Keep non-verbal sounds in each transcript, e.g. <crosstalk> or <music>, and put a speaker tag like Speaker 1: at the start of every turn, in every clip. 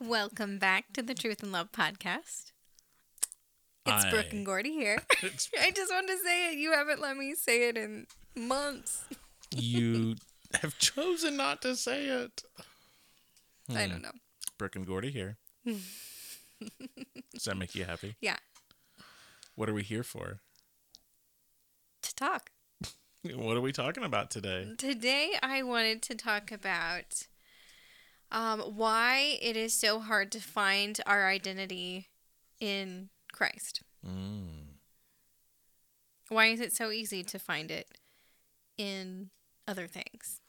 Speaker 1: Welcome back to the Truth and Love podcast. It's Brooke and Gordy here. <laughs>
Speaker 2: It's-
Speaker 1: I just wanted to say it. You haven't let me say it in months.
Speaker 2: you have chosen not to say it. Hmm,
Speaker 1: I don't know.
Speaker 2: Brooke and Gordy here. Does that make you happy?
Speaker 1: Yeah,
Speaker 2: What are we here for?
Speaker 1: to talk.
Speaker 2: What are we talking about today?
Speaker 1: Today I wanted to talk about um, why it is so hard to find our identity in Christ.
Speaker 2: Mm.
Speaker 1: Why is it so easy to find it in other things?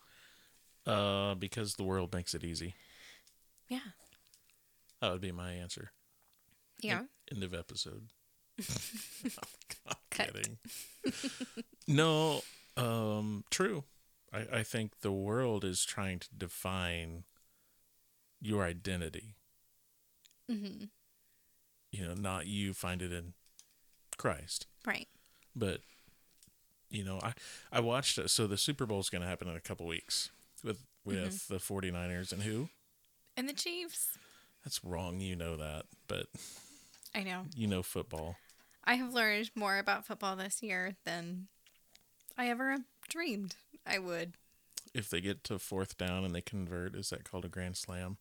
Speaker 2: Uh, because the world makes it easy.
Speaker 1: Yeah.
Speaker 2: That would be my answer.
Speaker 1: Yeah.
Speaker 2: End
Speaker 1: <laughs>
Speaker 2: of episode. I'm
Speaker 1: Cut.
Speaker 2: kidding. no, um, true. I, I think the world is trying to define your identity.
Speaker 1: hmm
Speaker 2: You know, not you find it in Christ.
Speaker 1: Right.
Speaker 2: but you know i i watched it so the super bowl's going to happen in a couple weeks with with
Speaker 1: Mm-hmm.
Speaker 2: the 49ers and who
Speaker 1: And the Chiefs.
Speaker 2: that's wrong you know that but
Speaker 1: I know.
Speaker 2: you know football
Speaker 1: I have learned more about football this year than I ever dreamed I would.
Speaker 2: if they get to fourth down and they convert is that called a grand slam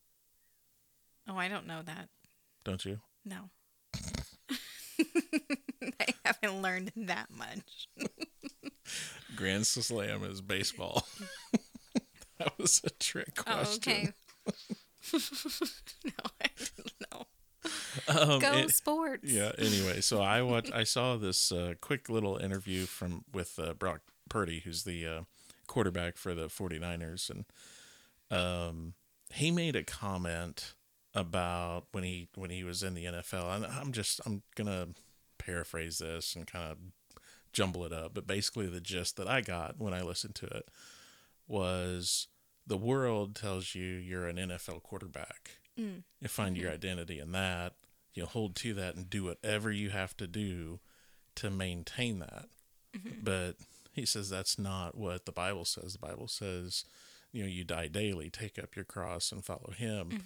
Speaker 1: Oh, I don't know that.
Speaker 2: don't you
Speaker 1: No. <laughs> I haven't learned that much.
Speaker 2: grand slam
Speaker 1: <laughs>
Speaker 2: is baseball <laughs> that was a trick
Speaker 1: Oh,
Speaker 2: question
Speaker 1: okay. <laughs> no, I didn't know.
Speaker 2: um,
Speaker 1: Go
Speaker 2: it-
Speaker 1: sports.
Speaker 2: <laughs> yeah anyway so i watch i saw this uh, quick little interview from with uh, brock purdy who's the uh, quarterback for the 49ers and um, he made a comment about when he when he was in the nfl and i'm just i'm gonna paraphrase this and kind of jumble it up but basically the gist that i got when i listened to it was the world tells you you're an nfl quarterback
Speaker 1: Mm.
Speaker 2: you find your identity in that you hold to that and do whatever you have to do to maintain that but he says that's not what the bible says the bible says you know you die daily take up your cross and follow him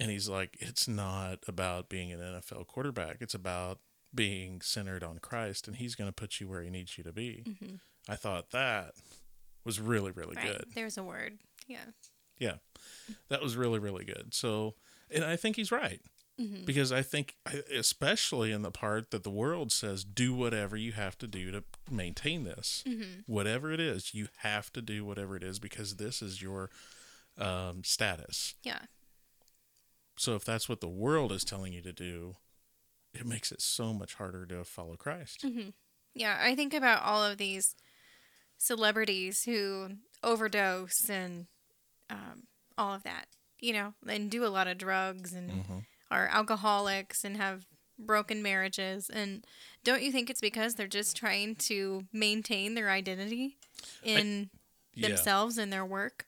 Speaker 2: and he's like it's not about being an nfl quarterback it's about being centered on christ and he's going to put you where he needs you to be i thought that was really really
Speaker 1: Right.
Speaker 2: good
Speaker 1: There's a word. Yeah.
Speaker 2: yeah. That was really, really good. So, and I think he's right because I think, I- especially in the part that the world says, do whatever you have to do to maintain this, whatever it is, you have to do whatever it is because this is your um, status.
Speaker 1: Yeah.
Speaker 2: So, if that's what the world is telling you to do, it makes it so much harder to follow Christ.
Speaker 1: Yeah, I think about all of these celebrities who overdose and um, all of that, you know, and do a lot of drugs and
Speaker 2: Mm-hmm.
Speaker 1: are alcoholics and have broken marriages. And don't you think it's because they're just trying to maintain their identity in
Speaker 2: yeah.
Speaker 1: themselves and their work?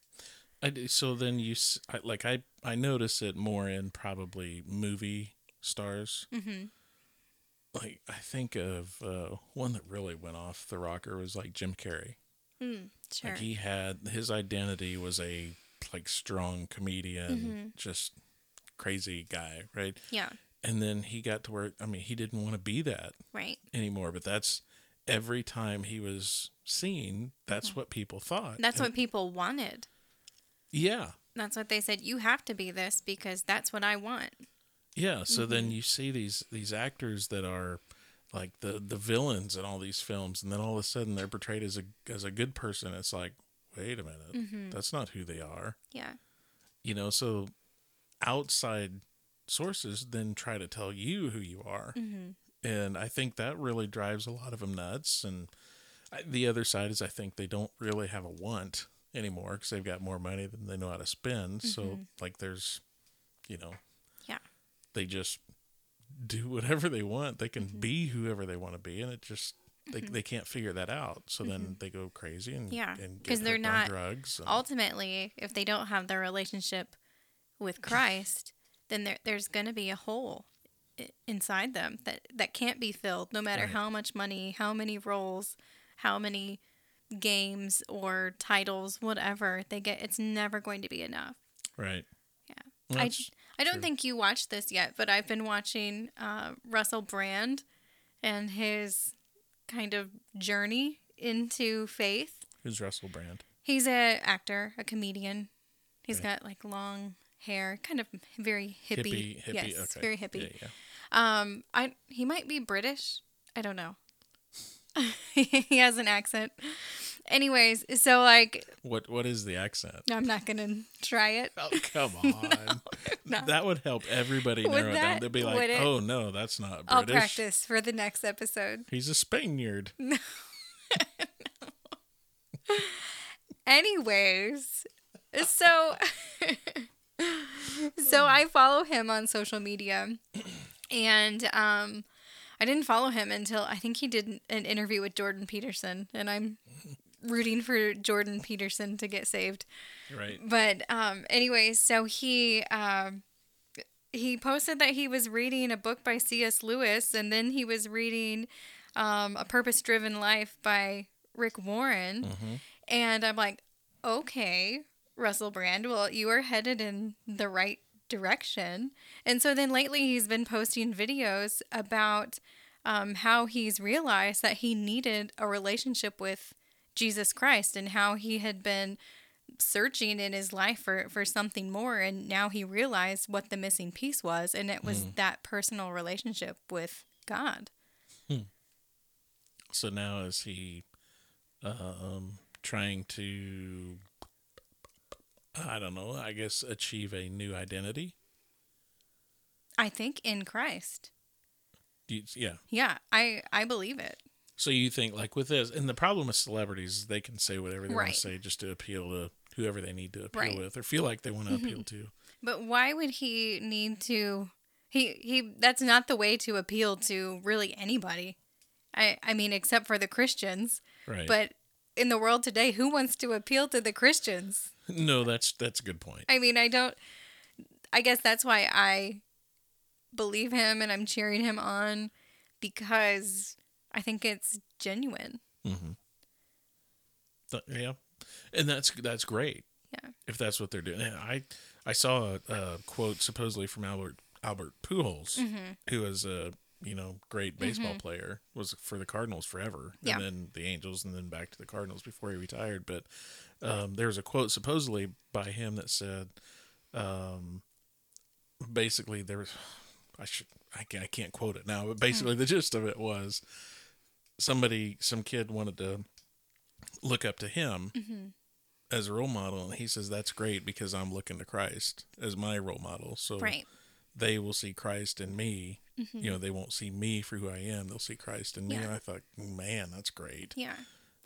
Speaker 2: I do, so then you s I like I I notice it more in probably movie stars. Mm-hmm. Like I think of uh, one that really went off the rocker was like Jim Carrey.
Speaker 1: Hmm, Sure.
Speaker 2: Like he had his identity was a like strong comedian,
Speaker 1: Mm-hmm.
Speaker 2: just crazy guy, right?
Speaker 1: yeah,
Speaker 2: And then he got to where I mean he didn't want to be that
Speaker 1: right.
Speaker 2: anymore, but that's every time he was seen, that's what people thought.
Speaker 1: Mm-hmm. That's
Speaker 2: And-
Speaker 1: what people wanted.
Speaker 2: yeah.
Speaker 1: That's what they said. You have to be this because that's what I want.
Speaker 2: Yeah, so then you see these these actors that are like the the villains in all these films, and then all of a sudden they're portrayed as a as a good person. It's like, wait a minute, that's not who they are.
Speaker 1: Yeah.
Speaker 2: You know, so outside sources then try to tell you who you are,
Speaker 1: Mm-hmm.
Speaker 2: and I think that really drives a lot of them nuts. And I, the other side is I think they don't really have a want anymore because they've got more money than they know how to spend. So like, there's, you know,
Speaker 1: Mm-hmm. Yeah.
Speaker 2: <laughs>
Speaker 1: Mm-hmm.
Speaker 2: they just do whatever they want. They can be whoever they want to be, and it just They, they can't figure that out. So then they go crazy and
Speaker 1: Mm-hmm. Yeah,
Speaker 2: and get
Speaker 1: 'cause they're
Speaker 2: hooked on
Speaker 1: not
Speaker 2: drugs. and-
Speaker 1: ultimately, if they don't have their relationship with Christ, then there, there's going to be a hole i- inside them that, that can't be filled, no matter
Speaker 2: Right.
Speaker 1: how much money, how many roles, how many games or titles, whatever they get. It's never going to be enough.
Speaker 2: right.
Speaker 1: Yeah. I,
Speaker 2: That's-
Speaker 1: I don't
Speaker 2: true.
Speaker 1: think you watched this yet, but I've been watching uh, Russell Brand and his kind of journey into faith.
Speaker 2: who's Russell Brand?
Speaker 1: He's a actor, a comedian. He's
Speaker 2: Okay.
Speaker 1: got like long hair, kind of very hippie.
Speaker 2: Hippie. Hippie.
Speaker 1: yes,
Speaker 2: okay.
Speaker 1: very hippie.
Speaker 2: Yeah, yeah.
Speaker 1: Um, I he might be British. I don't know. <laughs> he has an accent. Anyways, so like
Speaker 2: What What is the accent?
Speaker 1: I'm not gonna try it.
Speaker 2: Oh
Speaker 1: <laughs>
Speaker 2: come on!
Speaker 1: no.
Speaker 2: That would help everybody
Speaker 1: Would
Speaker 2: narrow it down.
Speaker 1: that-
Speaker 2: They'd be like,
Speaker 1: would it?
Speaker 2: "Oh no, that's not British.
Speaker 1: I'll practice Mm. for the next episode.
Speaker 2: He's a Spaniard."
Speaker 1: Anyways, so <laughs> so I follow him on social media, and um, I didn't follow him until I think he did an interview with Jordan Peterson, and I'm rooting for Jordan Peterson to get saved.
Speaker 2: Right.
Speaker 1: But um, anyways, so he um, he posted that he was reading a book by C.S. Lewis, and then he was reading um, A Purpose Driven Life by Rick Warren,
Speaker 2: Mm-hmm.
Speaker 1: and I'm like, okay, Russell Brand, well, you are headed in the right direction. And so then lately, he's been posting videos about um, how he's realized that he needed a relationship with Jesus Christ and how he had been searching in his life for, for something more and now he realized what the missing piece was and it was that personal relationship with god
Speaker 2: So now is he um, trying to? I don't know. I guess achieve a new identity.
Speaker 1: i think in christ
Speaker 2: Do you, yeah.
Speaker 1: yeah i i believe it
Speaker 2: So you think like with this, and the problem with celebrities is they can say whatever they want
Speaker 1: Right.
Speaker 2: to say just to appeal to whoever they need to appeal
Speaker 1: Right. Mm-hmm.
Speaker 2: with or feel like they want to appeal to.
Speaker 1: But why would he need to? He he. That's not the way to appeal to really anybody. I I mean, except for the Christians.
Speaker 2: Right.
Speaker 1: But in the world today, who wants to appeal to the Christians?
Speaker 2: no, that's that's a good point.
Speaker 1: I mean, I don't. I guess that's why I believe him and I'm cheering him on because I think it's genuine.
Speaker 2: Th- yeah, and that's that's great.
Speaker 1: Yeah.
Speaker 2: if that's what they're doing. And I I saw a, a quote supposedly from Albert Albert Pujols,
Speaker 1: Mm-hmm.
Speaker 2: who was a you know great baseball player, was for the Cardinals forever,
Speaker 1: Yeah.
Speaker 2: and then the Angels, and then back to the Cardinals before he retired. But um, there was a quote supposedly by him that said, um, basically there was I should I can't, I can't quote it now, but
Speaker 1: Mm.
Speaker 2: basically the gist of it was somebody some kid wanted to look up to him
Speaker 1: Mm-hmm.
Speaker 2: as a role model and he says that's great because i'm looking to christ as my role model so
Speaker 1: Right.
Speaker 2: they will see christ in me you know they won't see me for who i am they'll see christ in me
Speaker 1: Mm-hmm. Yeah.
Speaker 2: and i thought man that's great
Speaker 1: Yeah.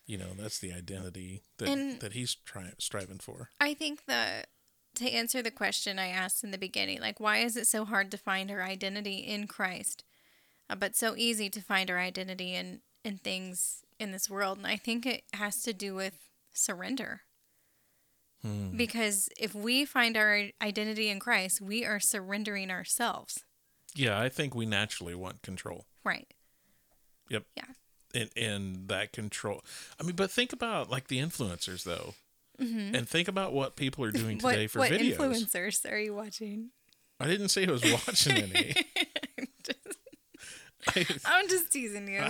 Speaker 2: you know that's the identity that,
Speaker 1: And-
Speaker 2: that he's trying striving for
Speaker 1: I think the to answer the question I asked in the beginning, like why is it so hard to find our identity in Christ, uh, but so easy to find our identity in in things in this world? And I think it has to do with surrender.
Speaker 2: Hmm.
Speaker 1: Because if we find our identity in Christ, we are surrendering ourselves.
Speaker 2: yeah i think we naturally want control
Speaker 1: Right.
Speaker 2: Yep.
Speaker 1: Yeah.
Speaker 2: And and that control. I mean, but think about like the influencers though, and think about what people are doing today
Speaker 1: Mm-hmm. What,
Speaker 2: for
Speaker 1: what
Speaker 2: videos.
Speaker 1: influencers are you watching?
Speaker 2: I didn't say I was watching
Speaker 1: <laughs>
Speaker 2: any, <laughs>
Speaker 1: I'm just teasing you.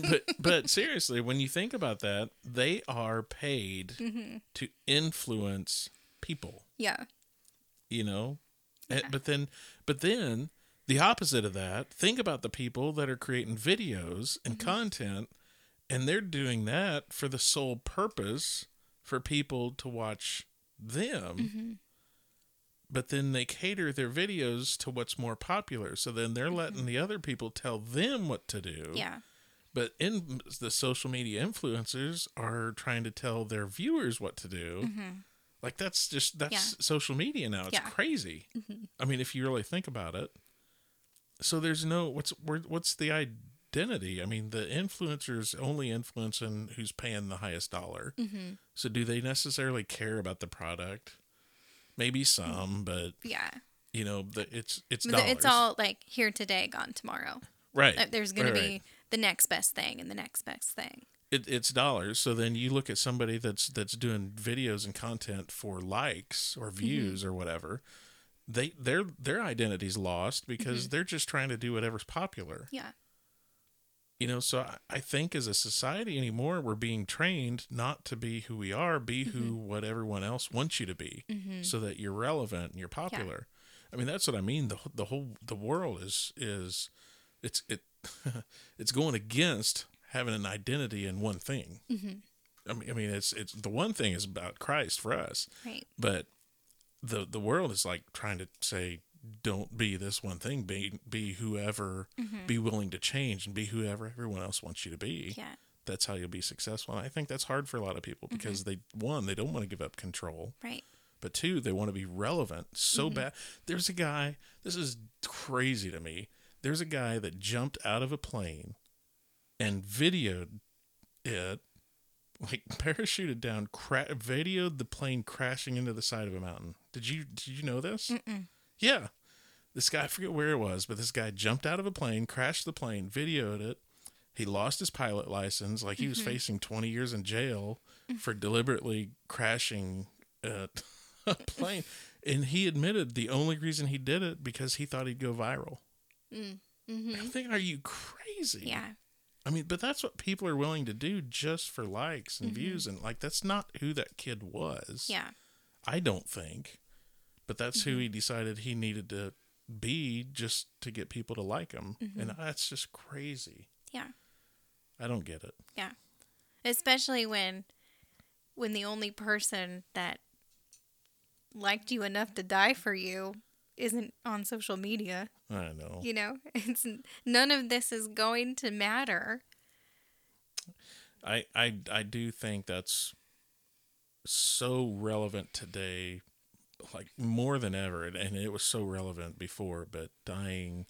Speaker 2: but but seriously, when you think about that, they are paid to influence people.
Speaker 1: yeah.
Speaker 2: you know And- but then but then the opposite of that think about the people that are creating videos and content and they're doing that for the sole purpose for people to watch them but then they cater their videos to what's more popular so then they're letting the other people tell them what to do
Speaker 1: Yeah.
Speaker 2: but in the social media influencers are trying to tell their viewers what to do like that's just that's
Speaker 1: Mm-hmm. Yeah.
Speaker 2: social media now it's
Speaker 1: Yeah. Mm-hmm.
Speaker 2: crazy i mean if you really think about it so there's no what's where- what's the identity. I mean, the influencers only influencing who's paying the highest dollar.
Speaker 1: Mm-hmm.
Speaker 2: So do they necessarily care about the product? Maybe some, but
Speaker 1: Yeah.
Speaker 2: you know, the, it's it's
Speaker 1: Mm-hmm. But
Speaker 2: dollars.
Speaker 1: It's all like here today, gone tomorrow.
Speaker 2: right.
Speaker 1: Like, There's going
Speaker 2: right,
Speaker 1: to be
Speaker 2: right.
Speaker 1: the next best thing and the next best thing.
Speaker 2: it, it's dollars. So then you look at somebody that's that's doing videos and content for likes or views or whatever. They their their identity's lost because they're just trying to do whatever's popular.
Speaker 1: Yeah.
Speaker 2: You know, so I, I think as a society anymore, we're being trained not to be who we are, be who what everyone else wants you to be, so that you're relevant and you're popular. I mean, that's what I mean. the wh- The whole the world is is it's it <laughs> it's going against having an identity in one thing. I mean, I mean, it's it's the one thing is about Christ for us,
Speaker 1: Right.
Speaker 2: but the the world is like trying to say, don't be this one thing. Be be whoever. Be willing to change and be whoever everyone else wants you to be.
Speaker 1: Yeah.
Speaker 2: That's how you'll be successful. And I think that's hard for a lot of people because they one they don't want to give up control,
Speaker 1: Right.
Speaker 2: but two they want to be relevant so bad. There's a guy. This is crazy to me. There's a guy that jumped out of a plane and videoed it like <laughs> parachuted down cra- videoed the plane crashing into the side of a mountain did you did you know this yeah this guy i forget where it was but this guy jumped out of a plane crashed the plane videoed it he lost his pilot license like he was facing 20 years in jail for deliberately crashing uh, <laughs> a plane and he admitted the only reason he did it because he thought he'd go viral
Speaker 1: Mm-hmm.
Speaker 2: <laughs> i'm thinking are you crazy
Speaker 1: Yeah.
Speaker 2: I mean, but that's what people are willing to do just for likes and views. And like, that's not who that kid was.
Speaker 1: Mm-hmm. Yeah. Mm-hmm.
Speaker 2: I don't think. But that's who he decided he needed to be just to get people to like him. And that's just crazy.
Speaker 1: Mm-hmm. Yeah.
Speaker 2: I don't get it.
Speaker 1: Yeah. Especially when when the only person that liked you enough to die for you isn't on social media,
Speaker 2: I know.
Speaker 1: you know? <laughs> It's none of this is going to matter.
Speaker 2: I, I, I do think that's so relevant today, like more than ever. And, and it was so relevant before, but dying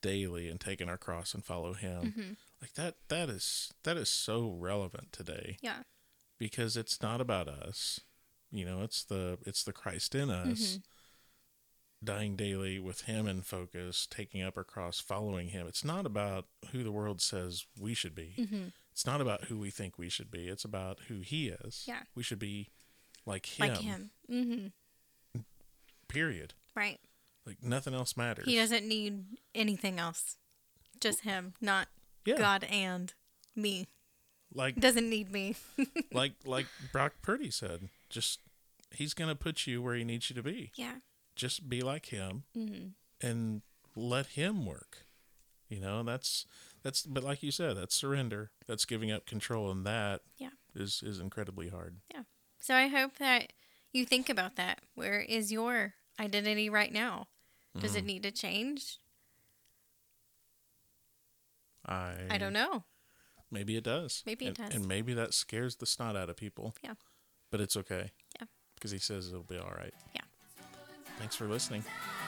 Speaker 2: daily and taking our cross and follow him.
Speaker 1: Mm-hmm.
Speaker 2: like that that is that is so relevant today
Speaker 1: Yeah.
Speaker 2: because it's not about us you know it's the it's the christ in us
Speaker 1: Mm-hmm.
Speaker 2: dying daily with him in focus taking up our cross following him it's not about who the world says we should be
Speaker 1: Mm-hmm.
Speaker 2: it's not about who we think we should be it's about who he is
Speaker 1: Yeah.
Speaker 2: we should be like him,
Speaker 1: Like him. Mm-hmm.
Speaker 2: period
Speaker 1: Right.
Speaker 2: like nothing else matters
Speaker 1: He doesn't need anything else. Just him, not
Speaker 2: yeah
Speaker 1: God and me.
Speaker 2: like
Speaker 1: Doesn't need me.
Speaker 2: like like brock purdy said just he's gonna put you where he needs you to be
Speaker 1: Yeah.
Speaker 2: just be like him
Speaker 1: Mm-hmm.
Speaker 2: and let him work you know that's that's but like you said that's surrender that's giving up control and that
Speaker 1: Yeah.
Speaker 2: is is incredibly hard
Speaker 1: So I hope that you think about that. Where is your identity right now? Does it need to change?
Speaker 2: i
Speaker 1: I don't know.
Speaker 2: maybe it does
Speaker 1: Maybe it
Speaker 2: And-
Speaker 1: does.
Speaker 2: and maybe that scares the snot out of people
Speaker 1: Yeah.
Speaker 2: but it's okay
Speaker 1: Yeah.
Speaker 2: because he says it'll be all right
Speaker 1: Yeah.
Speaker 2: thanks for listening
Speaker 3: Sometimes